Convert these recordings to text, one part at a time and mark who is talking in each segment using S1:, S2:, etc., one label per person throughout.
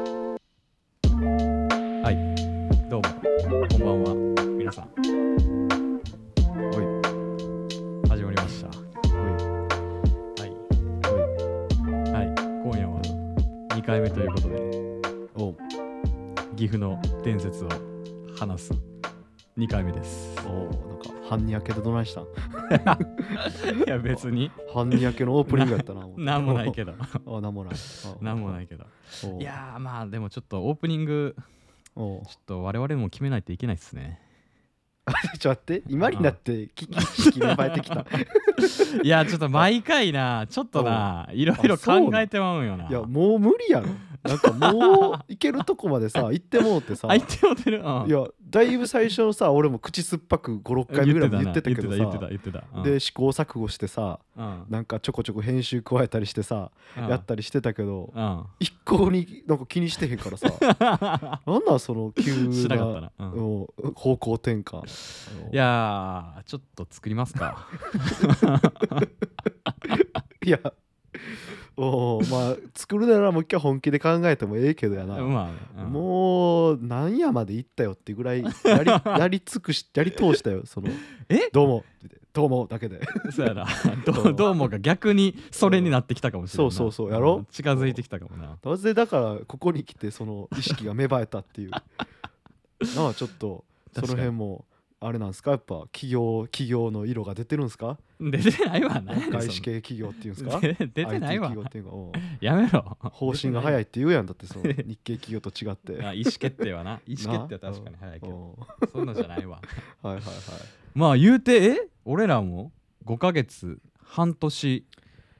S1: はい、どうも、こんばんは、皆さん。おい、始まりました。はい、はい、今夜は2回目ということで、
S2: おお
S1: 岐阜の伝説を話す2回目です。
S2: なんか半に焼けでどないしたん
S1: いや、別に、
S2: 半に焼けのオープニングやったな。
S1: なんもないけど、
S2: ど。 あ、なんもない。。
S1: なんもないいけど。
S2: おう
S1: いやー、まあ、でもちょっとオープニング、
S2: おう
S1: ちょっと我々も決めないといけないです ね。
S2: ちょっと待って、今になって 危機意識芽生えてきた。
S1: いや、ちょっと毎回な、ちょっとな、いろいろ
S2: あそうな
S1: 考
S2: の
S1: えてまうんよな。
S2: いや、もう無理やろ。なんかもう行けるとこま でさ、行ってもうてさ。
S1: あ、言
S2: い
S1: ってもてる。うん
S2: や、だいぶ最初のさ、俺も口酸っぱく5、6回目ぐらいも言ってたけど
S1: 言ってた
S2: さ。
S1: 言ってた言ってた
S2: で試行錯誤してさ
S1: うん
S2: なんかちょこちょこ編集加えたりしてさ
S1: うん
S2: やったりしてたけど
S1: うん
S2: 一向になんか気にしてへんからさ なんなんその急
S1: しなかっ
S2: な
S1: たな、うん
S2: うん方向転換
S1: いやーちょっと作りますか
S2: いやおうまあ作るならもう一回本気で考えてもええけどやな、
S1: まあ、うん
S2: もう何夜まで行ったよってぐらいやりやり尽くしやり通したよその
S1: え
S2: どうもどうもだけで
S1: そう やなどうどうもが逆にそれになってきたかもしれないな
S2: そうそうそうやろ
S1: ん近づいてきたかもな
S2: なぜだからここに来てその意識が芽生えたっていうなあちょっと
S1: 確
S2: そ
S1: か
S2: の
S1: に
S2: 辺もあれなんですかやっぱ企業企業の色が出てるんですか
S1: 出てないわ何やねん
S2: 外資系企業っていうんです
S1: そんな
S2: か
S1: で 出てない
S2: IT
S1: わ
S2: 企業っていうかおう
S1: やめ ろ
S2: 方針が
S1: い
S2: 早いって言うやんだってそ の日系企業と違って
S1: あ意思決 定はな意思決定は確かに早いけど
S2: おう
S1: そんなんじゃないわ
S2: はいはいはい
S1: まあ言うてえ俺らも5ヶ月半年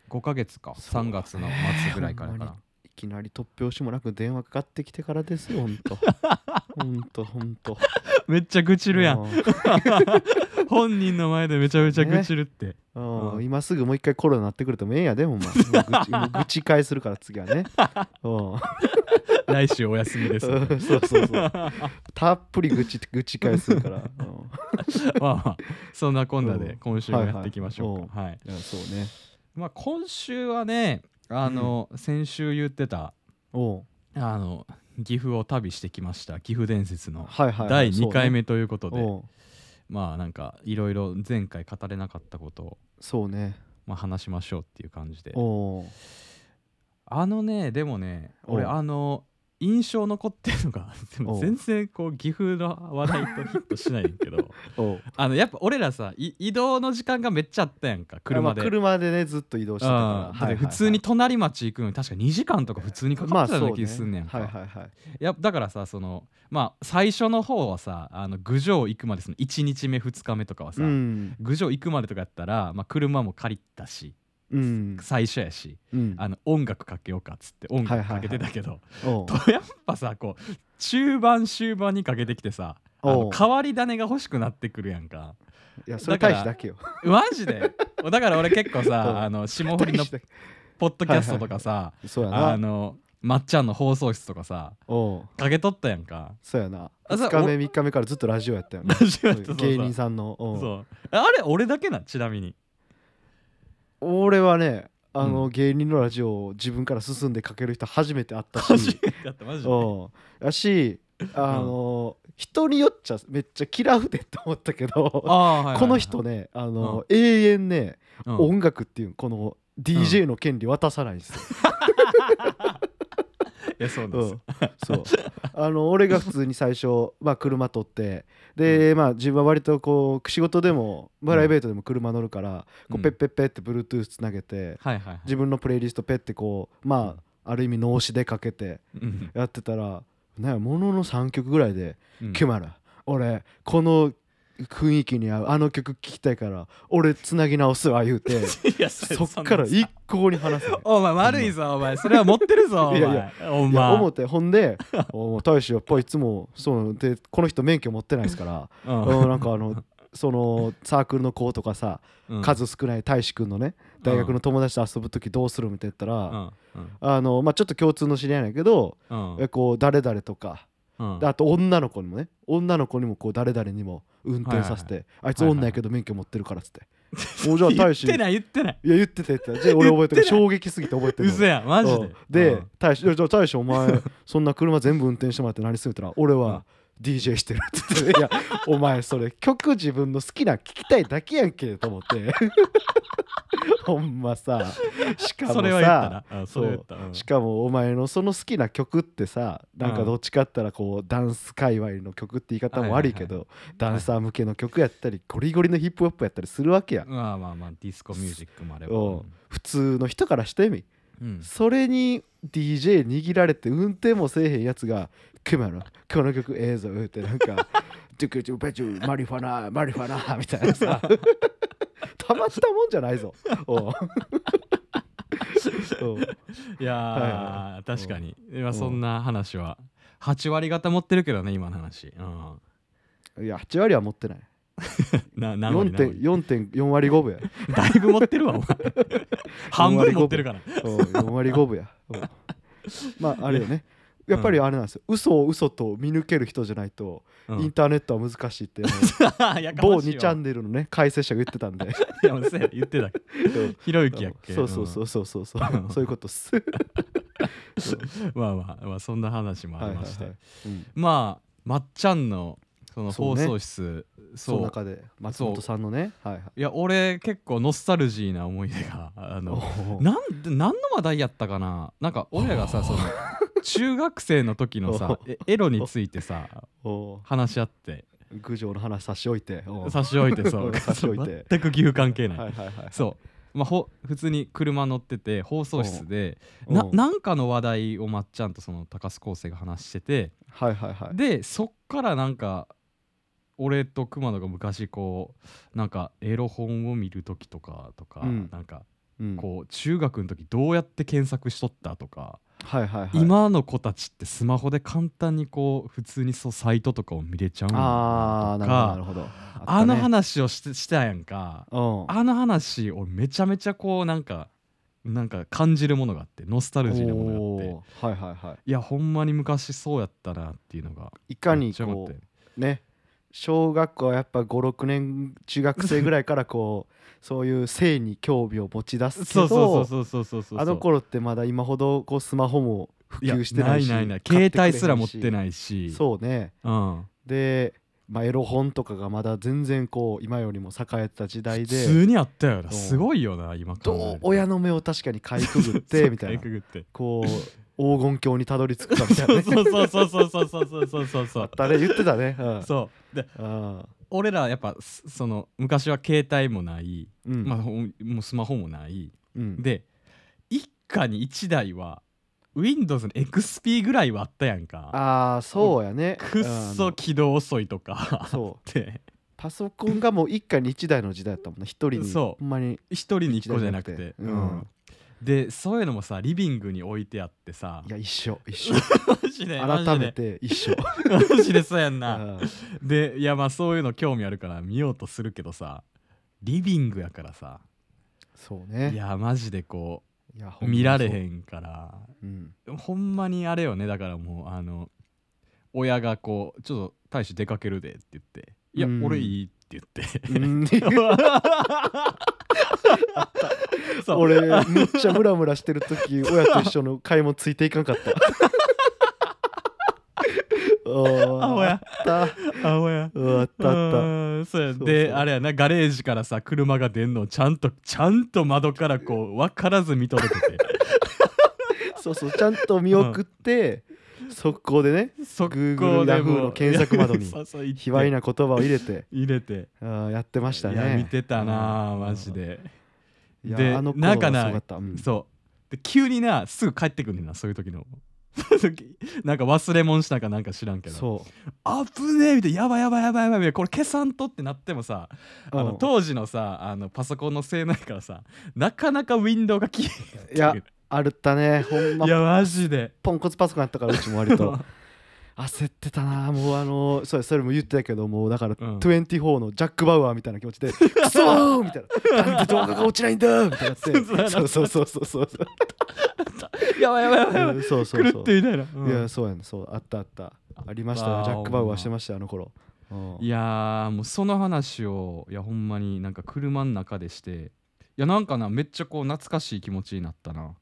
S1: 5ヶ月か
S2: そうだね
S1: 3月の末ぐらいからか
S2: ほんま
S1: な
S2: にいきなり突拍子もなく電話かかってきてからですよほん とほんとほんと
S1: めっちゃ愚痴るやん
S2: う
S1: 本人の前でめちゃめちゃ愚痴るって、
S2: んう
S1: うん
S2: ん今すぐもう一回コロナになってくれてもええんやでほんまもう 愚痴もう愚痴返するから次はねうん
S1: 来週お休みです
S2: そうそ うそうたっぷり愚痴愚痴返するからうん
S1: まあまあそんなこんな
S2: う
S1: で
S2: ん
S1: 今週もやっていきましょうか、はい
S2: いやそうね
S1: まあ、今週はねあの、先週言ってた
S2: おう
S1: あの岐阜を旅してきました岐阜伝説の
S2: はいはいは
S1: 第
S2: いそ
S1: 2
S2: うね
S1: 回目ということで、
S2: おう
S1: まあなんかいろいろ前回語れなかったことを、
S2: そうね
S1: まあ、話しましょうっていう感じで
S2: おう
S1: あのねでもね
S2: お
S1: 俺あの印象残ってるのがでも
S2: お
S1: 全然こう岐阜の話題とヒットしないんやけど
S2: おう
S1: あのやっぱ俺らさい移動の時間がめっちゃあったやんか車で。
S2: あまあ車でねずっと移動してたから
S1: ああだっ
S2: はいはい
S1: て
S2: はい
S1: 普通に隣町行くのに確か2時間とか普通にかかってたような気すんねんか、
S2: まあそうねはいはいはい
S1: いやだからさそのまあ最初の方はさあの郡上行くまでその1日目2日目とかはさ、
S2: うん
S1: 郡上行くまでとかやったら、まあ、車も借りたし、
S2: うん
S1: 最初やし
S2: うん
S1: あの音楽かけようかっつって音楽かけてたけど、
S2: おう
S1: とやっぱさこう中盤終盤にかけてきてさあ
S2: お
S1: の
S2: う
S1: 変わり種が欲しくなってくるやんか
S2: いやそれ
S1: だか
S2: 大
S1: ら
S2: 使だけよ
S1: マジでだから俺結構
S2: うん
S1: さあの霜降りの
S2: 大使だけ
S1: ポッドキャストとかさ
S2: そうや
S1: あ
S2: な
S1: のまっちゃんの放送室とかさ
S2: おう
S1: かけとったやんか
S2: そうやな
S1: あそう
S2: 2日目3日目からずっとラジオやっ たよね
S1: ラジオやって
S2: そう
S1: た
S2: 芸人さんのおう
S1: そうあれ俺だけなんちなみに
S2: 俺はねあ
S1: う
S2: の芸人のラジオを自分から進んでかける人初めて会った
S1: 初
S2: し
S1: めてやったマジで
S2: おうやしあの人によっちゃめっちゃ嫌うでって思ったけど
S1: ああはいはいはい
S2: この人ね、あの、永遠ね、
S1: うん
S2: 音楽っていうこの DJ の権利渡さないんですよ。
S1: いやそうなん
S2: う
S1: です
S2: ん
S1: よ、
S2: そう あの俺が普通に最初、まあ、車取ってで、まあ、自分は割とこう仕事でもプライベートでも車乗るから、
S1: う
S2: こ
S1: ん
S2: うペッペッペッって Bluetooth つなげて
S1: はいはいはい
S2: 自分のプレイリストペッてこうまあある意味脳死でかけて
S1: うん
S2: やってたらなんやものの3曲ぐらいで
S1: うん
S2: キュマラ俺この雰囲気に合うあの曲聴きたいから俺つなぎ直すわ言うて
S1: いや そ
S2: そっから
S1: い
S2: 一向に話せない
S1: お前悪いぞお前それは持ってるぞお前
S2: いやいや
S1: お
S2: いや
S1: 前
S2: 思ってほんで 「おう大使やっぱいつもそうでこの人免許持ってないですから
S1: うん
S2: うんなんかあのそのサークルの子とかさ
S1: うん
S2: 数少ない大使くんのね大学の友達と遊ぶ時どうするみたいな言った
S1: う
S2: ら、
S1: んうん
S2: あのまあ、ちょっと共通の知り合いなんやけど、
S1: うん
S2: えこう誰々とか
S1: うん
S2: であと女の子にもね女の子にもこう誰々にも運転させて、あいつ女やけど免許持ってるからっつって、おじゃあ
S1: 言
S2: 大
S1: っ
S2: 使
S1: てない言ってない
S2: いや言ってた言ってたじゃあ俺覚えてる
S1: 言ってない
S2: 衝撃すぎて覚えてる
S1: 嘘やんマジで
S2: で、
S1: うん
S2: 大使いやじゃあ大使お 前そんな車全部運転してもらって何するって言ったら俺は DJ してるって言っていやお前それ曲自分の好きな聴きたいだけやんけと思って ほんまさしかもさ
S1: それは言ったなうんそ
S2: そう
S1: れは言ったうん
S2: しかもお前のその好きな曲ってさなんかどっちかったらこうダンス界隈の曲って言い方も悪いけどダンサー向けの曲やったりゴリゴリのヒップホップやったりするわけや
S1: まあまあまあディスコミュージックもあれば
S2: おう普通の人からしてみ
S1: うん
S2: それに DJ 握られて運転もせえへんやつが「クマのこの曲ええぞ」ってなんか 「チュクチュペチュマリファナマリファナ」みたいなさ たまったもんじゃないぞ おうおう
S1: いやー
S2: は
S1: 確かに
S2: う
S1: 今
S2: ん
S1: そんな話は8割方持ってるけどね今の話うん
S2: いや8割は持ってない
S1: な何割何割
S2: 4.4割5分や
S1: だいぶ持ってる わお前半分持ってるから
S2: うん4割5分やうんまああれよねやっぱりあれなんですよ嘘を嘘と見抜ける人じゃないと
S1: う
S2: イン
S1: ん
S2: ターネットは難しいってあ の
S1: やかましいわ
S2: 某2チャンネルのね解説者が言ってたん で
S1: いやもうそうや言ってたひろゆきやっけ
S2: そうそうそううそうそうそ
S1: うん
S2: うそういうことっす
S1: んまあまあまあそんな話も
S2: は
S1: あ
S2: い
S1: り
S2: は
S1: ま
S2: いはい
S1: して
S2: うん
S1: まあまっちゃんのその
S2: そう
S1: 放
S2: ね
S1: 送室
S2: その
S1: そう
S2: 中で松本さんのねはいはい
S1: いや俺結構ノスタルジーな思い出があの
S2: おう
S1: なんで何の話題やったかななんか俺らが さその中学生の時のさえエロについてさ
S2: おう
S1: 話し合って
S2: 郡上の話差し置いておう
S1: 差し置いてそう
S2: 差し置いて
S1: 全く牛関係ない、
S2: はいはいはい
S1: そう、まあ、ほ普通に車乗ってて放送室で
S2: おう
S1: な
S2: おう
S1: なんかの話題をまっちゃんとその高須高生が話してて
S2: はいはいはい
S1: でそっからなんか俺と熊野が昔こうなんかエロ本を見る時とかとか、
S2: うん
S1: なんか
S2: うん
S1: こう中学の時どうやって検索しとったとか、
S2: はいはいはい
S1: 今の子たちってスマホで簡単にこう普通にそうサイトとかを見れちゃうんだ
S2: ああ
S1: と
S2: なるほどな
S1: か
S2: るほど
S1: あの
S2: ったね
S1: 話をしてしたやんか
S2: うん
S1: あの話をめちゃめちゃこうなんかなんか感じるものがあってノスタルジーなものがあって
S2: おーはいはいはい
S1: いやほんまに昔そうやったなっていうのが
S2: いか
S1: め
S2: に
S1: っちゃ思っ
S2: こ
S1: て
S2: うね小学校はやっぱ56年中学生ぐらいからこうそういう性に興味を持ち出すけ
S1: そうそう
S2: ど
S1: そうそうそうそうそう
S2: あの頃ってまだ今ほどこうスマホも普及してないし
S1: やないないない携帯すら持って
S2: い
S1: ないし
S2: そうね
S1: うん、
S2: で、まあ、エロ本とかがまだ全然こう今よりも栄えてた時
S1: 普
S2: 代で
S1: 通にあったよな
S2: そう
S1: すごいよな今考え
S2: どう
S1: ると
S2: 親の目を確かにかいく ぐってみたいな
S1: かくぐって
S2: こう黄金鏡にたどり着くかみたいな
S1: そう
S2: ね
S1: そうそうそうそうそうそうそうそうそ
S2: あ
S1: う
S2: ったね言ってたね。うん
S1: そうで
S2: うん
S1: 俺らやっぱすその昔は携帯もない、
S2: うん
S1: まあ、ほんもうスマホもない
S2: うん
S1: で一家に一台は Windows の XP ぐらいはあったやんか
S2: ああそうやね。
S1: くっ
S2: う
S1: そ
S2: ん
S1: 起動遅いとかあっ
S2: そう
S1: て
S2: パソコンがもう一家に一台の時代だったもんね一人に
S1: そう
S2: ほんまに
S1: 一人に一個じゃなくて
S2: 一台じゃなくてうん
S1: うんでそういうのもさリビングに置いてあってさ
S2: いや一緒一緒
S1: マジで
S2: 改めて一緒。
S1: マジでマジでそうやん
S2: う
S1: なんでいやまあそういうの興味あるから見ようとするけどさリビングやからさ
S2: そう
S1: い
S2: ね。
S1: やマジでこ
S2: いや
S1: う見られへ
S2: ん
S1: んから
S2: まそう。 うん
S1: ほんまにあれよねだからもうあの親がこう「ちょっと大使出かけるで」って言って「いや
S2: うん
S1: 俺いい」って言って
S2: うん
S1: そう
S2: 俺めっちゃムラムラしてる時親と一緒の買い物ついていかんか った。おー
S1: あお
S2: あ
S1: や
S2: った
S1: あおや
S2: うんあったあった。
S1: うんそうや
S2: そうそう
S1: であれやなガレージからさ車が出んのをちゃんとちゃんと窓からこう分からず見届けて
S2: そうそうちゃんと見送って、速攻でね
S1: そ
S2: Google ヤフーの検索窓に
S1: そうそう行って
S2: 卑猥な言葉を入れて
S1: 入れて
S2: あーやってましたね
S1: いや見てたなあマジで
S2: いや
S1: で
S2: あの
S1: な
S2: 頃
S1: んかな
S2: はすごかった、うん
S1: そうで急になすぐ帰ってくんねんなそういう時の そういう時なんか忘れ物したかなんか知らんけど
S2: そ
S1: あぶねえみたいなやばいやばいやばいやばいやばいこれ消さんとってなってもさ
S2: う
S1: あの
S2: うん
S1: 当時のさあのパソコンの性能やからさなかなかウィンドウが消えへん
S2: いや
S1: っていう
S2: あるったねほんま
S1: いやマジで。
S2: ポンコツパソコンやったからうちも割と 焦ってたなもうあのそうやそれも言ってたけどもうだから、
S1: うん
S2: 24のジャック・バウアーみたいな気 持ちで「クソー!」みたいな「なんで動画が落ちないんだ!」みたいに なってそうそうそうそうそうそう
S1: やばいやばいやばいやばい
S2: うんそうそう
S1: 狂
S2: そ
S1: っ
S2: う
S1: てみたいな、うん
S2: いやそうやんそうあったあったありました
S1: あ
S2: よ
S1: ー
S2: ジャック・バウアーしてましたよあの頃うん
S1: いやーもうその話をいやほんまになんか車の中でしていやなんかなめっちゃこう懐かしい気持ちになったな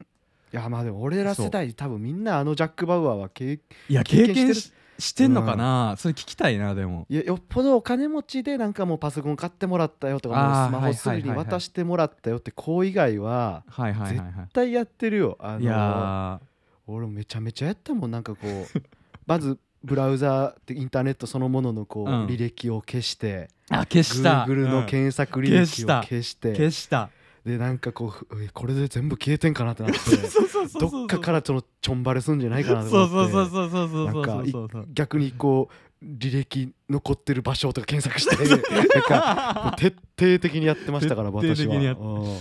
S1: い
S2: やまあでも俺ら世代多分みんなあのジャック・バウアーは経
S1: いや
S2: 経
S1: 経
S2: 験
S1: 験
S2: し
S1: ししてんのかな、それ聞きたいなでも
S2: いやよっぽどお金持ちでなんかもうパソコン買ってもらったよとかもう
S1: あー
S2: スマホすぐに
S1: はいはいはいはい
S2: 渡してもらったよって子以外は
S1: はいはいはいは
S2: 絶対やってるよあの
S1: いいや
S2: 俺もめちゃめちゃやったもんなんかこう まずブラウザーってインターネットそのもののこう
S1: うん
S2: 履歴を消して
S1: ーあ消した
S2: Google の検索履歴を消して
S1: うん消した
S2: でなんかこうふえこれで全部消えてんかなってなって
S1: そうそうそうそう
S2: どっかからちょっとちょんばれすんじゃないかなと
S1: そ
S2: 思
S1: う
S2: って
S1: そうそうそうそうそうそう
S2: なんかい
S1: そうそう
S2: 逆にこう履歴残ってる場所とか検索してなんかもう徹底的にやってましたから
S1: 徹底的
S2: 私は。
S1: にやっ
S2: うん
S1: い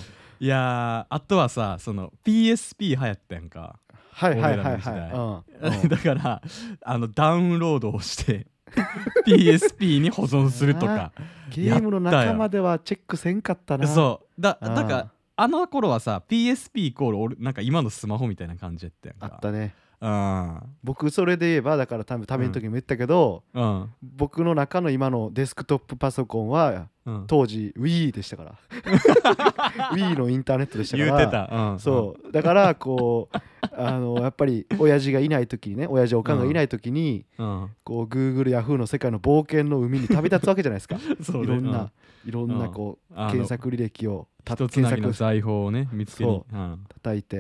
S1: やーあとはさその PSP 流行ったやんか、
S2: はいはいはい
S1: 俺ら
S2: は いうん。
S1: だからあのダウンロードをして PSP に保存するとか
S2: ゲームの中まではチェックせんかったな。
S1: そうだ
S2: うん
S1: だからあの頃はさ PSP イコール俺なんか今のスマホみたいな感じやったやん
S2: あ
S1: か
S2: ったね。
S1: う
S2: 僕それで言えばだから多分ための時も言ったけど、
S1: んうん
S2: 僕の中の今のデスクトップパソコンは
S1: うん
S2: 当時 Wii でしたから Wii のインターネットでしたから
S1: 言うてた、うん、
S2: そうだからこうあのやっぱり親父がいない時にね親父おかんがいない時に、
S1: うん、うん、
S2: こう Google ヤフーの世界の冒険の海に旅立つわけじゃないですか
S1: そう
S2: い
S1: ね
S2: ろんな、いろんなこう
S1: うんあの
S2: 検索履歴を
S1: うん
S2: た
S1: 一つなぎの
S2: 検索
S1: 財宝をね見つけに
S2: そ
S1: うん
S2: 叩いて、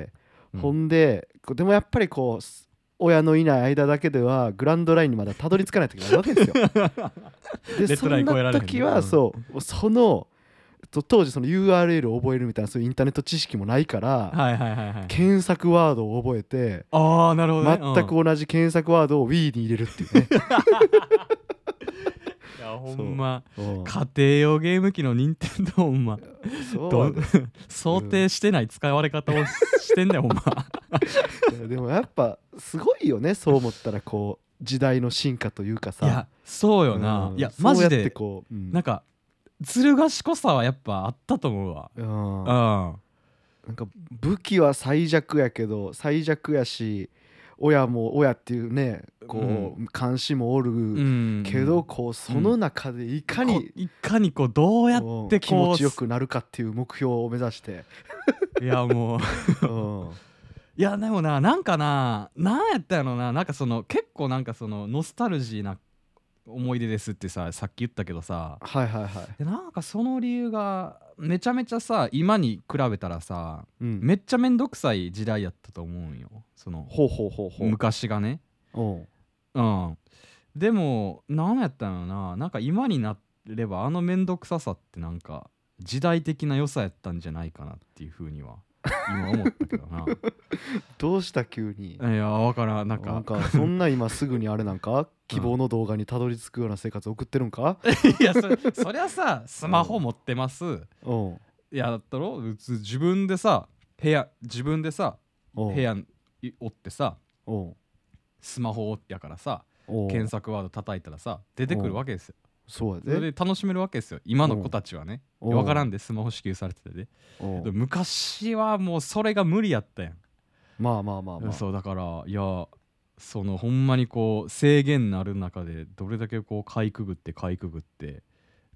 S1: うん
S2: ほんでこうでもやっぱりこうす親のいない間だけではグランドラインにまだたどり着かない時があるわ けですよ。
S1: レ
S2: で
S1: ッド
S2: そ
S1: ライ
S2: ん
S1: ン越えら
S2: な
S1: れへんね
S2: 時
S1: う
S2: は
S1: ん
S2: そうそのと当時その URL を覚えるみたいなそういうインターネット知識もないから、
S1: はいはいはいはい
S2: 検索ワードを覚えて
S1: ああなるほど、ね、
S2: 全
S1: うん
S2: く同じ検索ワードを Wii に入れるっていう ね。
S1: いやほんま
S2: うん
S1: 家庭用ゲーム機の任天堂ほんま
S2: そう
S1: どん想定してない使われ方をししてんねんほ んま
S2: いやでもやっぱすごいよねそう思ったらこう時代の進化というか
S1: い
S2: さ
S1: やそうよな、
S2: うん
S1: いや
S2: そう
S1: マジ
S2: やって
S1: で
S2: こう、うん
S1: なんかずる賢さはやっぱあったと思うわ
S2: うん
S1: うん
S2: な、んか武器は最弱やけど最弱やし親も親っていうねこう、監視もおる、
S1: うん、
S2: けどこうその中でいか
S1: こ
S2: に、
S1: いかにこうどうやって
S2: うん
S1: こう
S2: 気持ちよくなるかっていう目標を目 指して、
S1: いやもう
S2: うん
S1: いやでもななんかななんやったんやろななんかその結構なんかそのノスタルジーな思い出ですってささっき言ったけどさ
S2: はいはいはい、
S1: でなんかその理由がめちゃめちゃさ今に比べたらさ
S2: うん
S1: めっちゃめんどくさい時代やったと思うんよその
S2: ほうほうほうほう
S1: 昔がね
S2: うん
S1: うんでもなんやったんやろななんか今になればあのめんどくささってなんか時代的な良さやったんじゃないかなっていうふうには今思ったけど な
S2: どうした急に
S1: いやわからんなんか
S2: なんかそんな今すぐにあれな んか希望の動画にたどり着くような生活送ってるんか
S1: いやそそりゃさスマホ持ってます、
S2: うんうん
S1: いやだったろうつ自分でさ部屋自分でさ部屋におってさ
S2: うん
S1: スマホやからさ
S2: うん
S1: 検索ワード叩いたらさ出てくるわけですよ
S2: そう
S1: そ
S2: や
S1: れ
S2: で
S1: で楽しめるわけですよ今の子たちはね
S2: うん
S1: わからんでスマホ支給されててで
S2: うん
S1: で昔はもうそれが無理やったやん、
S2: まあまあまあまあ
S1: そうだからいやそのほんまにこう制限なる中でどれだけこうかいくぐってかいくぐって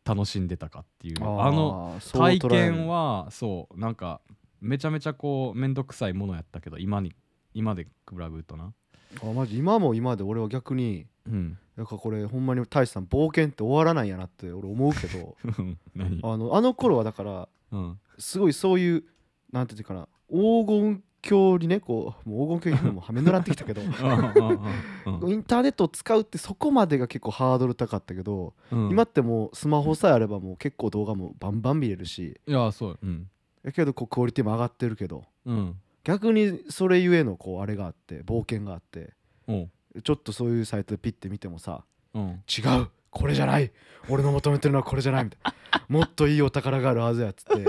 S1: 楽しんでたかっていうあの体験
S2: は
S1: はそうなんかめちゃめちゃこうめんどくさいものやったけど今に今で比べるとな
S2: あマジ今も今で俺は逆に
S1: うん
S2: なんかこれほんまに大志さん冒険って終わらないんやなって俺思う けど
S1: 何
S2: あのあの頃はだから
S1: うん
S2: すごいそういうなんていうかな黄金鏡にねこうもう黄金鏡に今もはめ狙ってきたけ どインターネットを使うってそこまでが結構ハードル高かったけど、今ってもうスマホさえあればもう結構動画もバンバン見れるし
S1: いやそううん
S2: やけどこうクオリティも上がってるけど
S1: うん
S2: 逆にそれゆえのこうあれがあって冒険があって
S1: おう
S2: ちょっとそういうサイトでピッて見てもさ
S1: うん
S2: 違うこれじゃない俺の求めてるのはこれじゃないみたい なもっといいお宝があるはずやっつって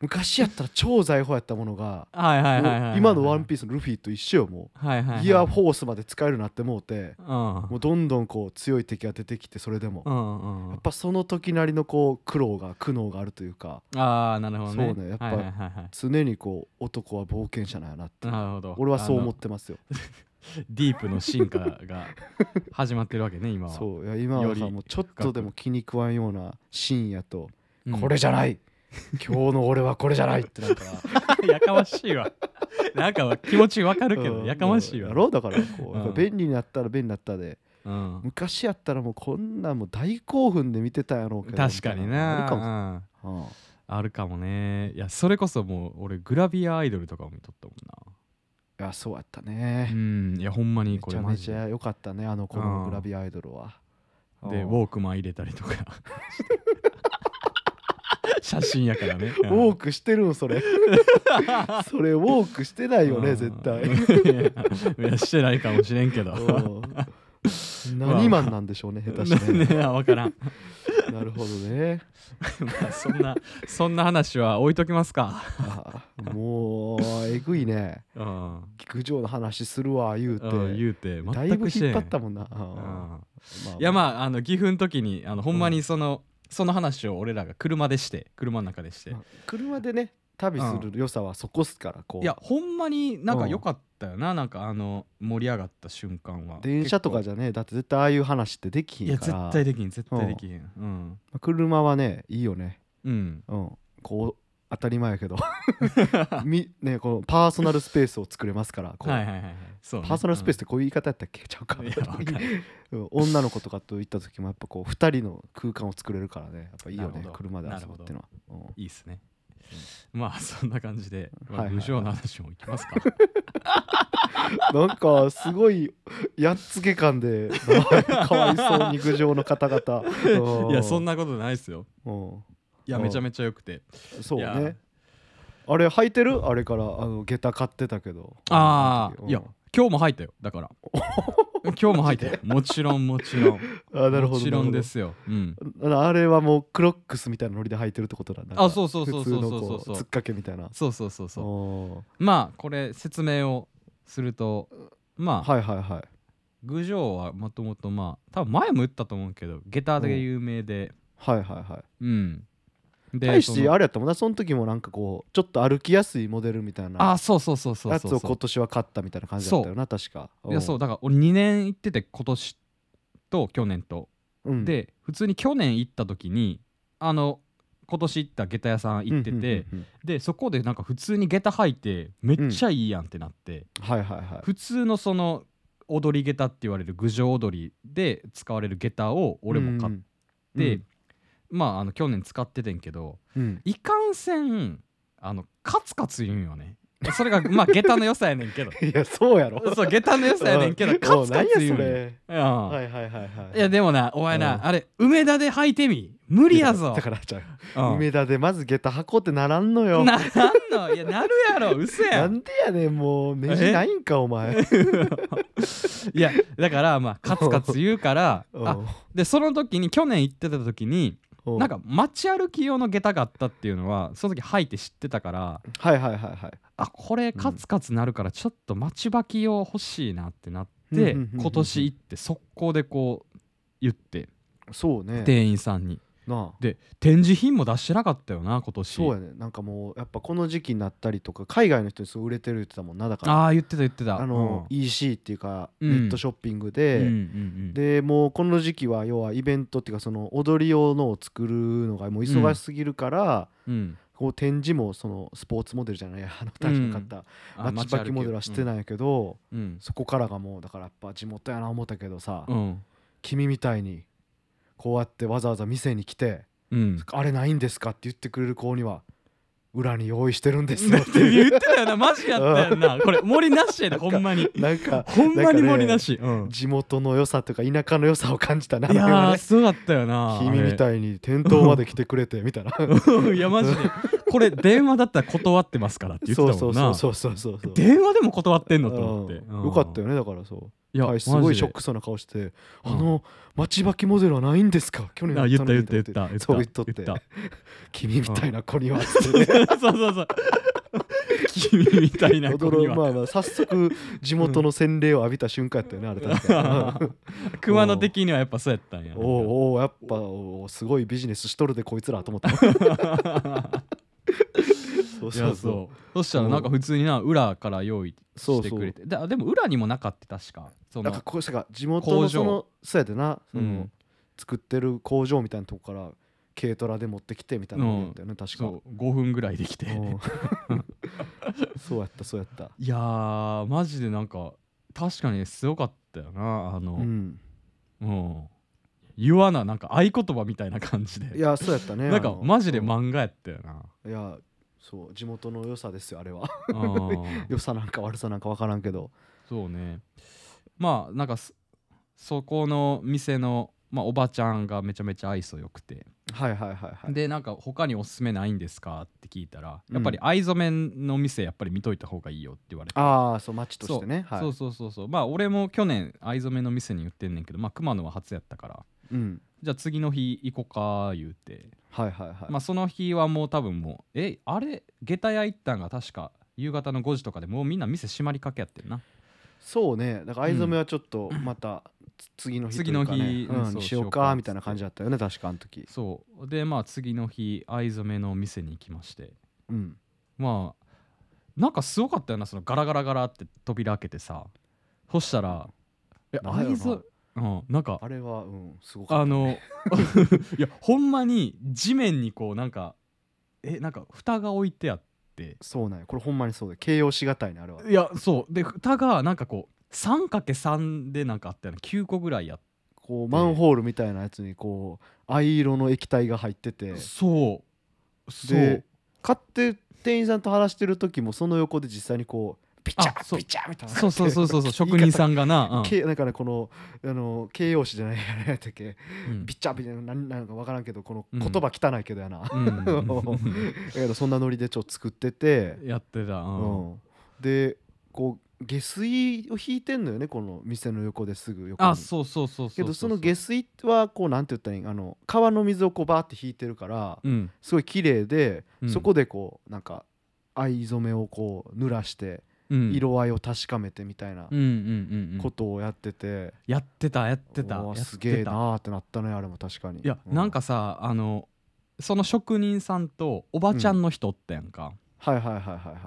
S2: 昔やったら超財宝やったものが
S1: はいはいはいはい
S2: も
S1: は
S2: う
S1: い。
S2: 今の「ワンピースのルフィと一緒よも
S1: はいはいはい。
S2: うギアフォースまで使えるようになってもうて
S1: うん。
S2: もうどんどんこう強い敵が出てきてそれでも
S1: う
S2: や
S1: んうんうん
S2: っ。ぱその時なりのこう苦労が苦悩があるというか
S1: ああ、なるほどね。
S2: そうねやっぱ
S1: はいはいはいはい
S2: 常にこう男は冒険者なんやなって
S1: なるほど。
S2: 俺はそう思っ
S1: あ
S2: てますよ
S1: のディープの進化が始まってるわけね、今は。
S2: そういや今はさ
S1: より
S2: もうちょっとでも気に食わんような深夜と
S1: うん
S2: これじゃ ない今日の俺はこれじゃないってなるから
S1: やかましいわ。なんか気持ちわかるけ
S2: う
S1: ど、
S2: ん
S1: やかましいわ。
S2: やろうだからこ
S1: う
S2: う
S1: ん
S2: やっぱ便利になったら便利になったで
S1: うん。
S2: 昔やったらもうこんなんもう大興奮で見てたやろうけど
S1: 確かに
S2: みたいの
S1: な。
S2: あるかも
S1: うん
S2: うん
S1: あるかもね。いや、それこそもう俺グラビアアイドルとかも見とったもん
S2: いやそうやった
S1: な。う
S2: ね
S1: ん。いや、ほんまに
S2: め
S1: こ
S2: ち
S1: れ
S2: ゃ
S1: マ
S2: め
S1: ジ
S2: ち
S1: で。
S2: ゃ良かったねあの頃のグラビアアイドルは
S1: で、
S2: うん
S1: ウォークマン入れたりと か。写真やからね。
S2: ウォークしてるん それそれウォークしてないよ
S1: う
S2: ね
S1: ん
S2: 絶対
S1: いやいやしてないかもしれんけ ど。
S2: うん何マンなんでしょうね下手してね
S1: ねわからん。
S2: なるほどね
S1: まあそんな、そんな話は置いときますか。
S2: あもうえぐいね
S1: うん。
S2: 陸上の話するわ言うて、
S1: うん言うて、全く
S2: だいぶ
S1: してん
S2: 引っ張ったもんな、うん
S1: うん
S2: まあ
S1: いやまああの岐阜の時にあのほんま
S2: う
S1: にその、その話を俺らが車でして車の中でして、
S2: まあ車でね旅する良さはそこっすからこう
S1: いやほんまになん
S2: う
S1: か
S2: ん
S1: 良かったよな、なんかあの盛り上がった瞬間は
S2: 電車とか
S1: 結
S2: じゃねだって絶対ああいう話ってでき
S1: 構
S2: ひ
S1: いや
S2: んから
S1: 絶対できん絶対できへんうん、
S2: まあ車はねいいよね
S1: うん、
S2: うんこう当たり前や けどみ、ね、このパーソナルスペースを作れますからこう、
S1: はいはいはいはいそうね、
S2: パーソナルスペー
S1: ス
S2: スってこういう言い方やったっけちゃうか
S1: いやわかる
S2: うん女の子とかと行った時もやっぱこう2人の空間を作れるからねやっぱいいよ
S1: なる
S2: ね
S1: ほど
S2: 車で遊ぶっていうのは、うん
S1: いいっすねまあそんな感じで、まあ
S2: はいはいはい
S1: 無情の話もいきますか
S2: なんかすごいやっつけ感で かわいそう肉状の方々 う
S1: いやそん
S2: な、
S1: なことないですよ
S2: うん
S1: いや
S2: うん
S1: めちゃめちゃ良くて
S2: そう
S1: いや
S2: ねあれ履いてるあれからあの下駄買ってたけど
S1: あ
S2: う
S1: あ
S2: ん
S1: いや今日も入ったよだ から今日も入ったよもちろんもちろん
S2: あ なるほど
S1: もちろんですすよ。うん。
S2: あれはもうクロックスみたいなノリで履いてるってことなんだ
S1: あ、そうそうそうそうそ
S2: 普通のこ
S1: うそう
S2: つ
S1: そ
S2: っ
S1: う。
S2: かけみたいな
S1: そうそうそうそう。
S2: お
S1: まあこれ説明をすると、ま
S2: ー
S1: あ
S2: はいはいはい
S1: 郡上はもともとまあ多分前も言ったと思うけど下駄で有名で、
S2: はいはいはい
S1: うん。で
S2: 大して
S1: その
S2: あれやったもんなその時もなんかこうちょっと歩きやすいモデルみたいな
S1: あ、そうそうそうそう
S2: や
S1: そ
S2: つ
S1: う
S2: を
S1: そ
S2: 今
S1: う。
S2: 年は買ったみたいな感じだったよな確か
S1: いやそう
S2: う
S1: だから俺2年行ってて今年と去年と、
S2: うん
S1: で普通に去年行った時にあの今年行った下駄屋さん行ってて、
S2: うんうんうん
S1: でそこでなんか普通に下駄履いてめっちゃいいやんってなって、
S2: うんはいはいはい
S1: 普通のその踊り下駄って言われる郡上踊りで使われる下駄を俺も買っ
S2: うん
S1: て、まああの去年使っててんけど
S2: うんうん
S1: いかんせんあのカツカツ言うんよねそれがまあ下駄の良さやねんけど
S2: いやそうやろ
S1: そう下駄の良さやねんけど
S2: うん
S1: カツカツ
S2: おう何
S1: 言う
S2: や
S1: ん
S2: そ
S1: よ
S2: れ
S1: うん
S2: はいはいはいはい
S1: いやでもなお前な、
S2: うん
S1: あれ梅田で履いてみ無理やぞ
S2: だからじゃ
S1: う
S2: あ
S1: ん
S2: 梅田でまず下駄箱ってならんのよ
S1: ならんのいやなるやろ嘘や
S2: なんんでやねんもう目地ないんかお前
S1: いやだからまあカツカツ言うから
S2: うん
S1: あでその時に去年行ってた時に
S2: うん
S1: なんか街歩き用の下駄があったっていうのはその時履いて知ってたから
S2: はいはいはいはい
S1: あこれカツカツなるからちょっと街履き用欲しいなってなって
S2: うんうんうんうん
S1: 今年行って速攻でこう言って
S2: そうね
S1: 店員さんに
S2: なあ
S1: で展示品も出してなかったよな今年
S2: そうやねなんかもうやっぱこの時期になったりとか海外の人にすごい売れてる言ってたもんなだから
S1: ああ言ってた言ってた
S2: あの
S1: うん
S2: EC っていうか
S1: うん
S2: ネットショッピングで、
S1: うんうん
S2: でもうこの時期は要はイベントっていうかその踊り用のを作るのがもう忙しすぎるから、
S1: うんうん
S2: こう展示もそのスポーツモデルじゃないあの大将買った
S1: あ
S2: マッチバキモデルはして
S1: い
S2: ないけど、
S1: うん
S2: そこからがもうだからやっぱ地元やな思ったけどさ、
S1: うん
S2: 君みたいにこうやってわざわざ店に来て
S1: うん
S2: 「あれないんですか?」って言ってくれる子には裏に用意してるんです
S1: だ
S2: よっ
S1: ってて
S2: い
S1: 言
S2: う
S1: ってたよなマジやったよなこれ森なしやでほんまに
S2: なんか
S1: ほんまに森な
S2: し
S1: しうん
S2: 地元の良さとか田舎の良さを感じたないあの
S1: や
S2: 今
S1: ー
S2: ね
S1: すごかったよな
S2: 君み
S1: い
S2: たいに店頭まで来てくれてみたいな
S1: いやマジでこれ電話だったら断ってますからって言ってた
S2: そう
S1: も
S2: そ
S1: ん
S2: う
S1: な
S2: そうそうそうそう
S1: 電話でも断ってんのと思って、
S2: うんよかったよねだからそう
S1: いや、
S2: はい、すごいショッ
S1: マ
S2: クそうな顔して「あの待ちばきモデルはないんですか
S1: ジ
S2: 去年
S1: であ
S2: や
S1: 言った言っ
S2: のに
S1: た言った言った
S2: そう言っとって
S1: 言っ
S2: 君みたいな子には」つってね
S1: たそうそうそう君みたいな子に
S2: 驚
S1: は、
S2: まあまあ早速地元の洗礼を浴びた瞬間やったよねあれ確かに
S1: 熊野的にはやっぱそうやったんや
S2: おうおうやっぱおうすごいビジネスしとるでこいつらと思ったそう
S1: いやそうそしたらなんか普通にな裏から用意してくれてだでも裏にもなかった確かそ
S2: な
S1: の
S2: んかこうしたか地元のそのそうやでな、その
S1: うん
S2: 作ってる工場みたいなとこから軽トラで持ってきてみたいなのやったよね、確か
S1: そう5分ぐらいできて
S2: うん そうやったそうやった
S1: いやーマジでなんか確かにすごかったよなあの、
S2: うん
S1: うん言わななんか合言葉みたいな感じ
S2: い
S1: で
S2: やそうやったね
S1: なん
S2: あ
S1: か
S2: の
S1: マジで
S2: うん
S1: 漫画やったよな、
S2: いやそう地元の良さですよあれは
S1: うん
S2: 良さなんか悪さなんか分からんけど
S1: そうねまあなんかそそこの店の、まあ、おばちゃんがめちゃめちゃ愛想よくて、
S2: はいはいはいはい
S1: でなんか他におすすめないんですかって聞いたら、
S2: うん
S1: やっぱり藍染めの店やっぱり見といた方がいいよって言われて
S2: ああそう街としてね
S1: そう
S2: はい
S1: そうそうそうそうまあ俺も去年藍染めの店に言ってんねんけどまあ熊野は初やったから
S2: うん
S1: じゃあ次の日行こうか言うて、
S2: はいはいはい、
S1: まあその日はもう多分もうえあれ下駄屋行ったんが確か夕方の5時とかでもうみんな店閉まりかけやってんな
S2: そうねだから藍染めはちょっとまたつ次の日というか、ね、
S1: 次の日
S2: うん
S1: そう
S2: にしよ
S1: し
S2: う
S1: よう
S2: か
S1: か
S2: みたいな感じだったよね確かあの時
S1: そうでまあ次の日藍染めの店に行きまして
S2: うん
S1: まあなんかすごかったよなそのガラガラガラって扉開けてさそしたらえ
S2: なんやろな
S1: 藍染めうんなんか
S2: あれはうんすごかった
S1: あの いやほんまに地面にこうなんかえなんか蓋が置いてあって
S2: そうなんやこれほんまにそうだよ形容しがたいねあれはい
S1: やそうで蓋がなんかこう 3×3 でなんかあったよね9個ぐらいやっ
S2: こうマンホールみたいなやつにこう藍色の液体が入ってて
S1: てそうそ
S2: で
S1: う
S2: 買って店員さんと話してる時もその横で実際にこうピチャ
S1: あそう
S2: ッピチャッみたいな
S1: そうそうそう そうそう職人
S2: ん
S1: さんがな、
S2: けなんかねこのあの形容詞じゃないやねだっけ
S1: うん
S2: ピチャッみたいななんなんか分からんけどこの
S1: うん
S2: 言葉汚いけどや な、
S1: うんうん
S2: だけどそんなノリでちょっと作ってて、
S1: やってた、う
S2: うんんでこう下水を引いてんのよねこの店の横ですぐ横に
S1: あそうそうそうそう
S2: けどその下
S1: ス
S2: 水はこうなんて言ったらいいんあの川の水をこうバーって引いてるから、
S1: うん
S2: すごい綺麗で、
S1: うん
S2: そこでこうなんか藍染めをこう濡らして
S1: うん
S2: 色合いを確かめてみたいな
S1: うんうんうんうん
S2: ことをやってて、
S1: やってたやってた
S2: う
S1: や
S2: わ
S1: ってた
S2: すげえなーってなったねあれも確かに
S1: いや、
S2: う
S1: なんかさあのその職人さんとおばちゃんの人おったやんか、
S2: はいはいはいはい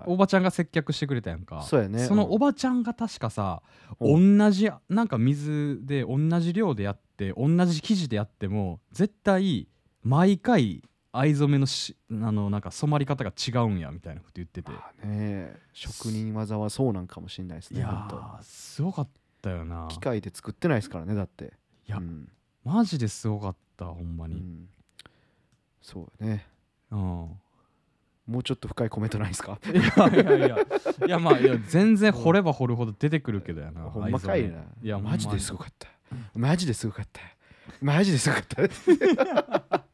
S1: お
S2: は
S1: ばちゃんが接客してくれたやんか
S2: そうやね
S1: のおばちゃんが確かさ、
S2: いうん
S1: 同じなんか水で同じ量でやって同じ生地でやっても絶対毎回藍染めのしあのなんか染まり方が違うんやみたいなこと言ってて、
S2: まあね職人技はそうなんかもしんないです
S1: い
S2: ね
S1: や
S2: ほん
S1: ーすごかったよな
S2: と機械で作ってないですからねだって
S1: いや
S2: うん
S1: マジですごかったほんま
S2: う
S1: に、
S2: んそうやね
S1: うん、
S2: もうちょっと深いコメントないですか
S1: いやいやいやいやまあいや全然掘れば掘るほど出てくるけどやな。
S2: ほんまかいな。
S1: いや
S2: マジ
S1: ほんまに
S2: ですごかった。マジですごかった。マジですごかった。い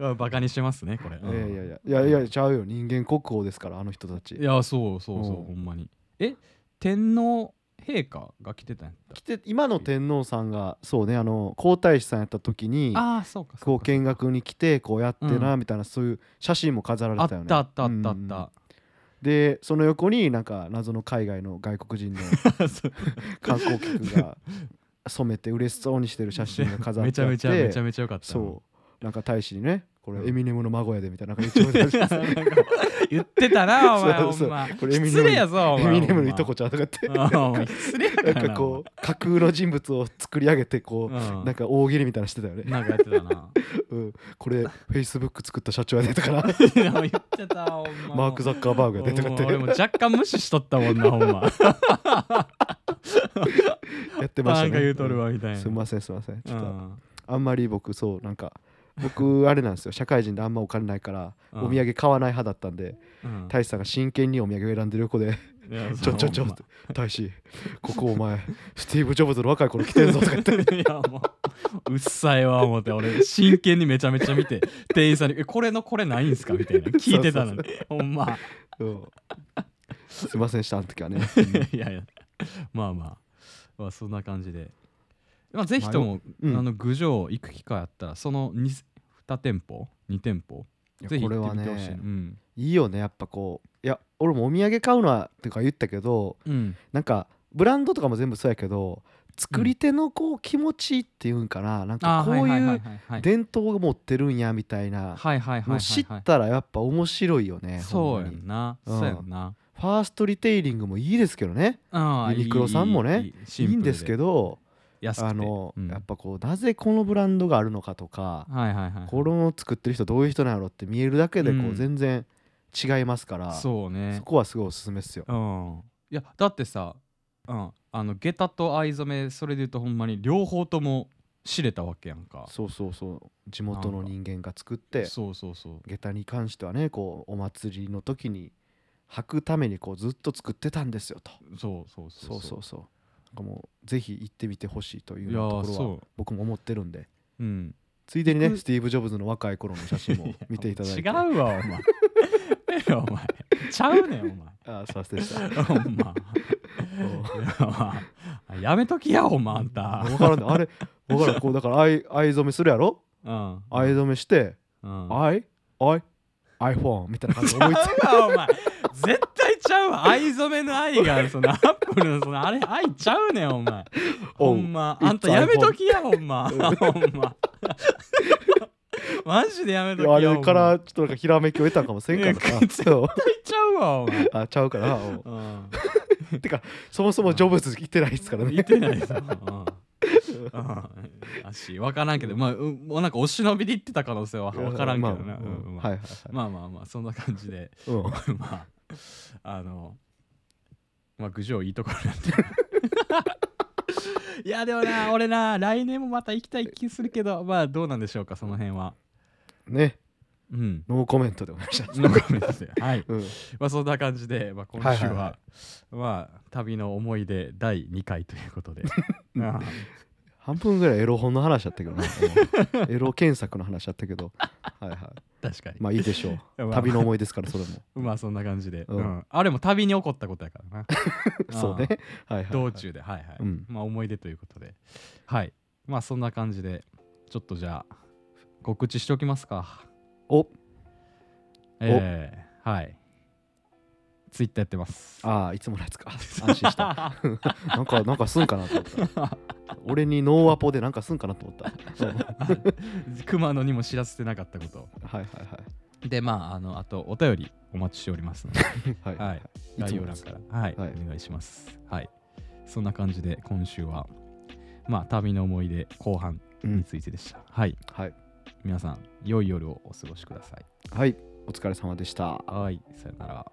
S1: あバカにしてますねこれ。うん
S2: やいやいや、いやいや、ちゃうよ。人間国宝ですから、あの人たち
S1: い。やそうそうそう
S2: うん
S1: ほんまに。え天皇陛下が来てたんやった
S2: 来て、今の天皇さんが、そうね、あの皇太子さんやった時に。
S1: ああそうかそ
S2: こ
S1: う
S2: う
S1: か。
S2: 見学に来て、こうやってな、
S1: う
S2: みたいな、そういう写真も飾ら
S1: あ
S2: れ
S1: った
S2: よ
S1: た
S2: ね。
S1: あったあったあ
S2: うん
S1: っ
S2: で、その横になんか謎の海外の外国 人の
S1: た。そう
S2: 観光客が。染めて嬉しそうにしてる写真が飾ってあっ
S1: めち
S2: て
S1: ゃめちゃめちゃめちゃよかった。
S2: そうなんか大使にねこ
S1: う
S2: れ
S1: ん
S2: エミネムの孫やでみたいななんか言っても らって
S1: いや なんか言ってたなお前
S2: そう
S1: ほ
S2: そうん
S1: ま。
S2: これエミネム
S1: 失礼やぞお
S2: エ
S1: 前。
S2: ミネムのいとこ
S1: ち
S2: ちゃんと かって
S1: ゃん。失礼や
S2: な
S1: から
S2: んかこう架空の人物を作り上げて
S1: お
S2: こ
S1: 前う
S2: うんなんか大喜利みたいなのしてたよね、
S1: なんかやってた な。
S2: うん、これフェイスブック作った社長やでとかな
S1: いや言ってたほんま。
S2: マーク・ザッカーバーグやでとかって
S1: もう俺も若干無視しとったも んなほんま
S2: やってま
S1: な
S2: したね
S1: んか言うとるわみたいな
S2: すみませんすみませんちょっ
S1: う
S2: と
S1: ん
S2: あんまり僕そうなんか僕あれなんですよ社会人であんまお金ないから
S1: うん
S2: お土産買わない派だったんで
S1: うん
S2: 大使さんが真剣にお土産を選んでる横で
S1: いや
S2: ちょちょちょ
S1: ほん
S2: って大使ここお前スティーブ・ジョブズの若い頃来てんぞとか言って
S1: ま いやもううっさいわ思って俺真剣にめちゃめちゃ見 て店員さんに「えこれのこれないんすか?」みたいな聞いてたのにほんま
S2: うんすいませんでしたあの時はね、
S1: いやいやまあまあまあそんな感じで、まあ、ぜひとも、
S2: うんう ん
S1: あの郡上行く機会あったらその 2, 2店舗2店舗
S2: いや
S1: ぜひ
S2: これ
S1: 行っ
S2: は
S1: てみてほしいな
S2: ね
S1: うん
S2: いいよねやっぱこういや俺もお土産買うのはってか言ったけど
S1: うん
S2: なんかブランドとかも全部そうやけど作り手のこう気持ちっていうんかななん
S1: あ
S2: か
S1: ー
S2: こ
S1: はいうはい
S2: い
S1: はいうはいはい
S2: 伝統を持ってるんやみたいな
S1: はいはいはいはい
S2: の
S1: は
S2: を知
S1: い
S2: っ、たらやっぱ面白いよね
S1: そう
S2: ほ
S1: や
S2: んまに
S1: んな、
S2: うん
S1: そうやんな
S2: ファーストリテイリングもいいですけどね
S1: ああ
S2: ユニクロさんもねいいんですけ
S1: ど
S2: ど
S1: 安くて
S2: あの
S1: うん
S2: やっぱこうなぜこのブランドがあるのかとか
S1: はいはいはい
S2: これを作ってる人どういう人なんやろって見えるだけでこ
S1: うん
S2: う全然違いますからそ
S1: そうね
S2: こはすごいおすすめっすよ
S1: うんいやだってさ、うん、あの下駄と藍染めそれで言うとほんまに両方とも知れたわけやんか
S2: そうそうそう地元の人間が作って
S1: そうそうそう
S2: 下駄に関してはねこうお祭りの時に履くためにこうずっと作ってたんですよと
S1: そうそうそ
S2: そううそうそうなんかもうぜひ行ってみてほしいという
S1: いや
S2: よ
S1: ー
S2: うなところは
S1: そ
S2: 僕も思ってるんで
S1: ううん
S2: ついでにね
S1: 僕
S2: スティーブ・ジョブズの若い頃の写真 も見ていただい
S1: 違
S2: て
S1: うわお前 えお前ちゃうねんお前
S2: ああそうでし た
S1: ほんまいやまあやめときやお前あんた
S2: 分からんないあれ分からんこうだから藍藍染めするやろ
S1: うん
S2: 藍染めして
S1: うん
S2: アイアイ iPhone みたいな感じで思い つい
S1: ちゃうわお前絶対ちゃうわ藍染めの愛がそのアップルのそのあれ愛ちゃうねんお前
S2: お
S1: ほ
S2: うん
S1: ま
S2: It's
S1: あんたやめときやほんまほんまマジでやめとき
S2: て
S1: や
S2: あれか
S1: ほんま
S2: らちょっとなんかひらめきを得たんかもしれんから
S1: いや
S2: さそう
S1: 絶対ちゃうわお前
S2: あちゃうからおう
S1: うん
S2: てかそもそもジョブズ行ってないですからね
S1: 見てないぞうんうん足分からんけどまあうもうなんかお忍びで言ってた可能性は分からんけど
S2: ま
S1: な
S2: あ
S1: うんうん
S2: うん
S1: ま
S2: は
S1: あ
S2: いはい
S1: まあまあまあそんな感じで
S2: はいうん
S1: まああのまあ郡上いいところなんで いやでもな俺な来年もまた行きたい気するけどまあどうなんでしょうかその辺は
S2: ね
S1: うん
S2: ノーコメントでお願いします
S1: のコメントではい
S2: うん
S1: まあそんな感じで、まあ、今週は,、
S2: はいはいは
S1: まあ旅の思い出第2回ということ であ
S2: 半分ぐらいエロ本の話だったけどなうんエロ検索の話だったけどはいはい
S1: 確かに
S2: まあいいでしょ
S1: ま
S2: う
S1: あ
S2: 旅の思いですからそれ も
S1: まあそんな感じで、
S2: うん
S1: うんあれも旅に起こったことやから な
S2: そうねはいはい
S1: 道中ではいはい、
S2: うん
S1: まあ思い出ということではいまあそんな感じでちょっとじゃあ告知しておきますか
S2: お
S1: えー、はいツイッターやってます
S2: ああいつものやつか安心した なんかなんかすんかなと思った俺にノーアポでなんかすんかなと思ったそうはい
S1: 熊野にも知らせてなかったこと
S2: はいはい
S1: でまああのあとお便りお待ちしておりますので
S2: はい
S1: はいい
S2: つ
S1: 概要
S2: ものや
S1: 欄
S2: つ
S1: から、はい
S2: はい
S1: お願いしますはいそんな感じで今週はまあ旅の思い出後半についてでした、はい
S2: はい
S1: 皆さん良い夜をお過ごしください
S2: はいお疲れ様でした
S1: はいさよなら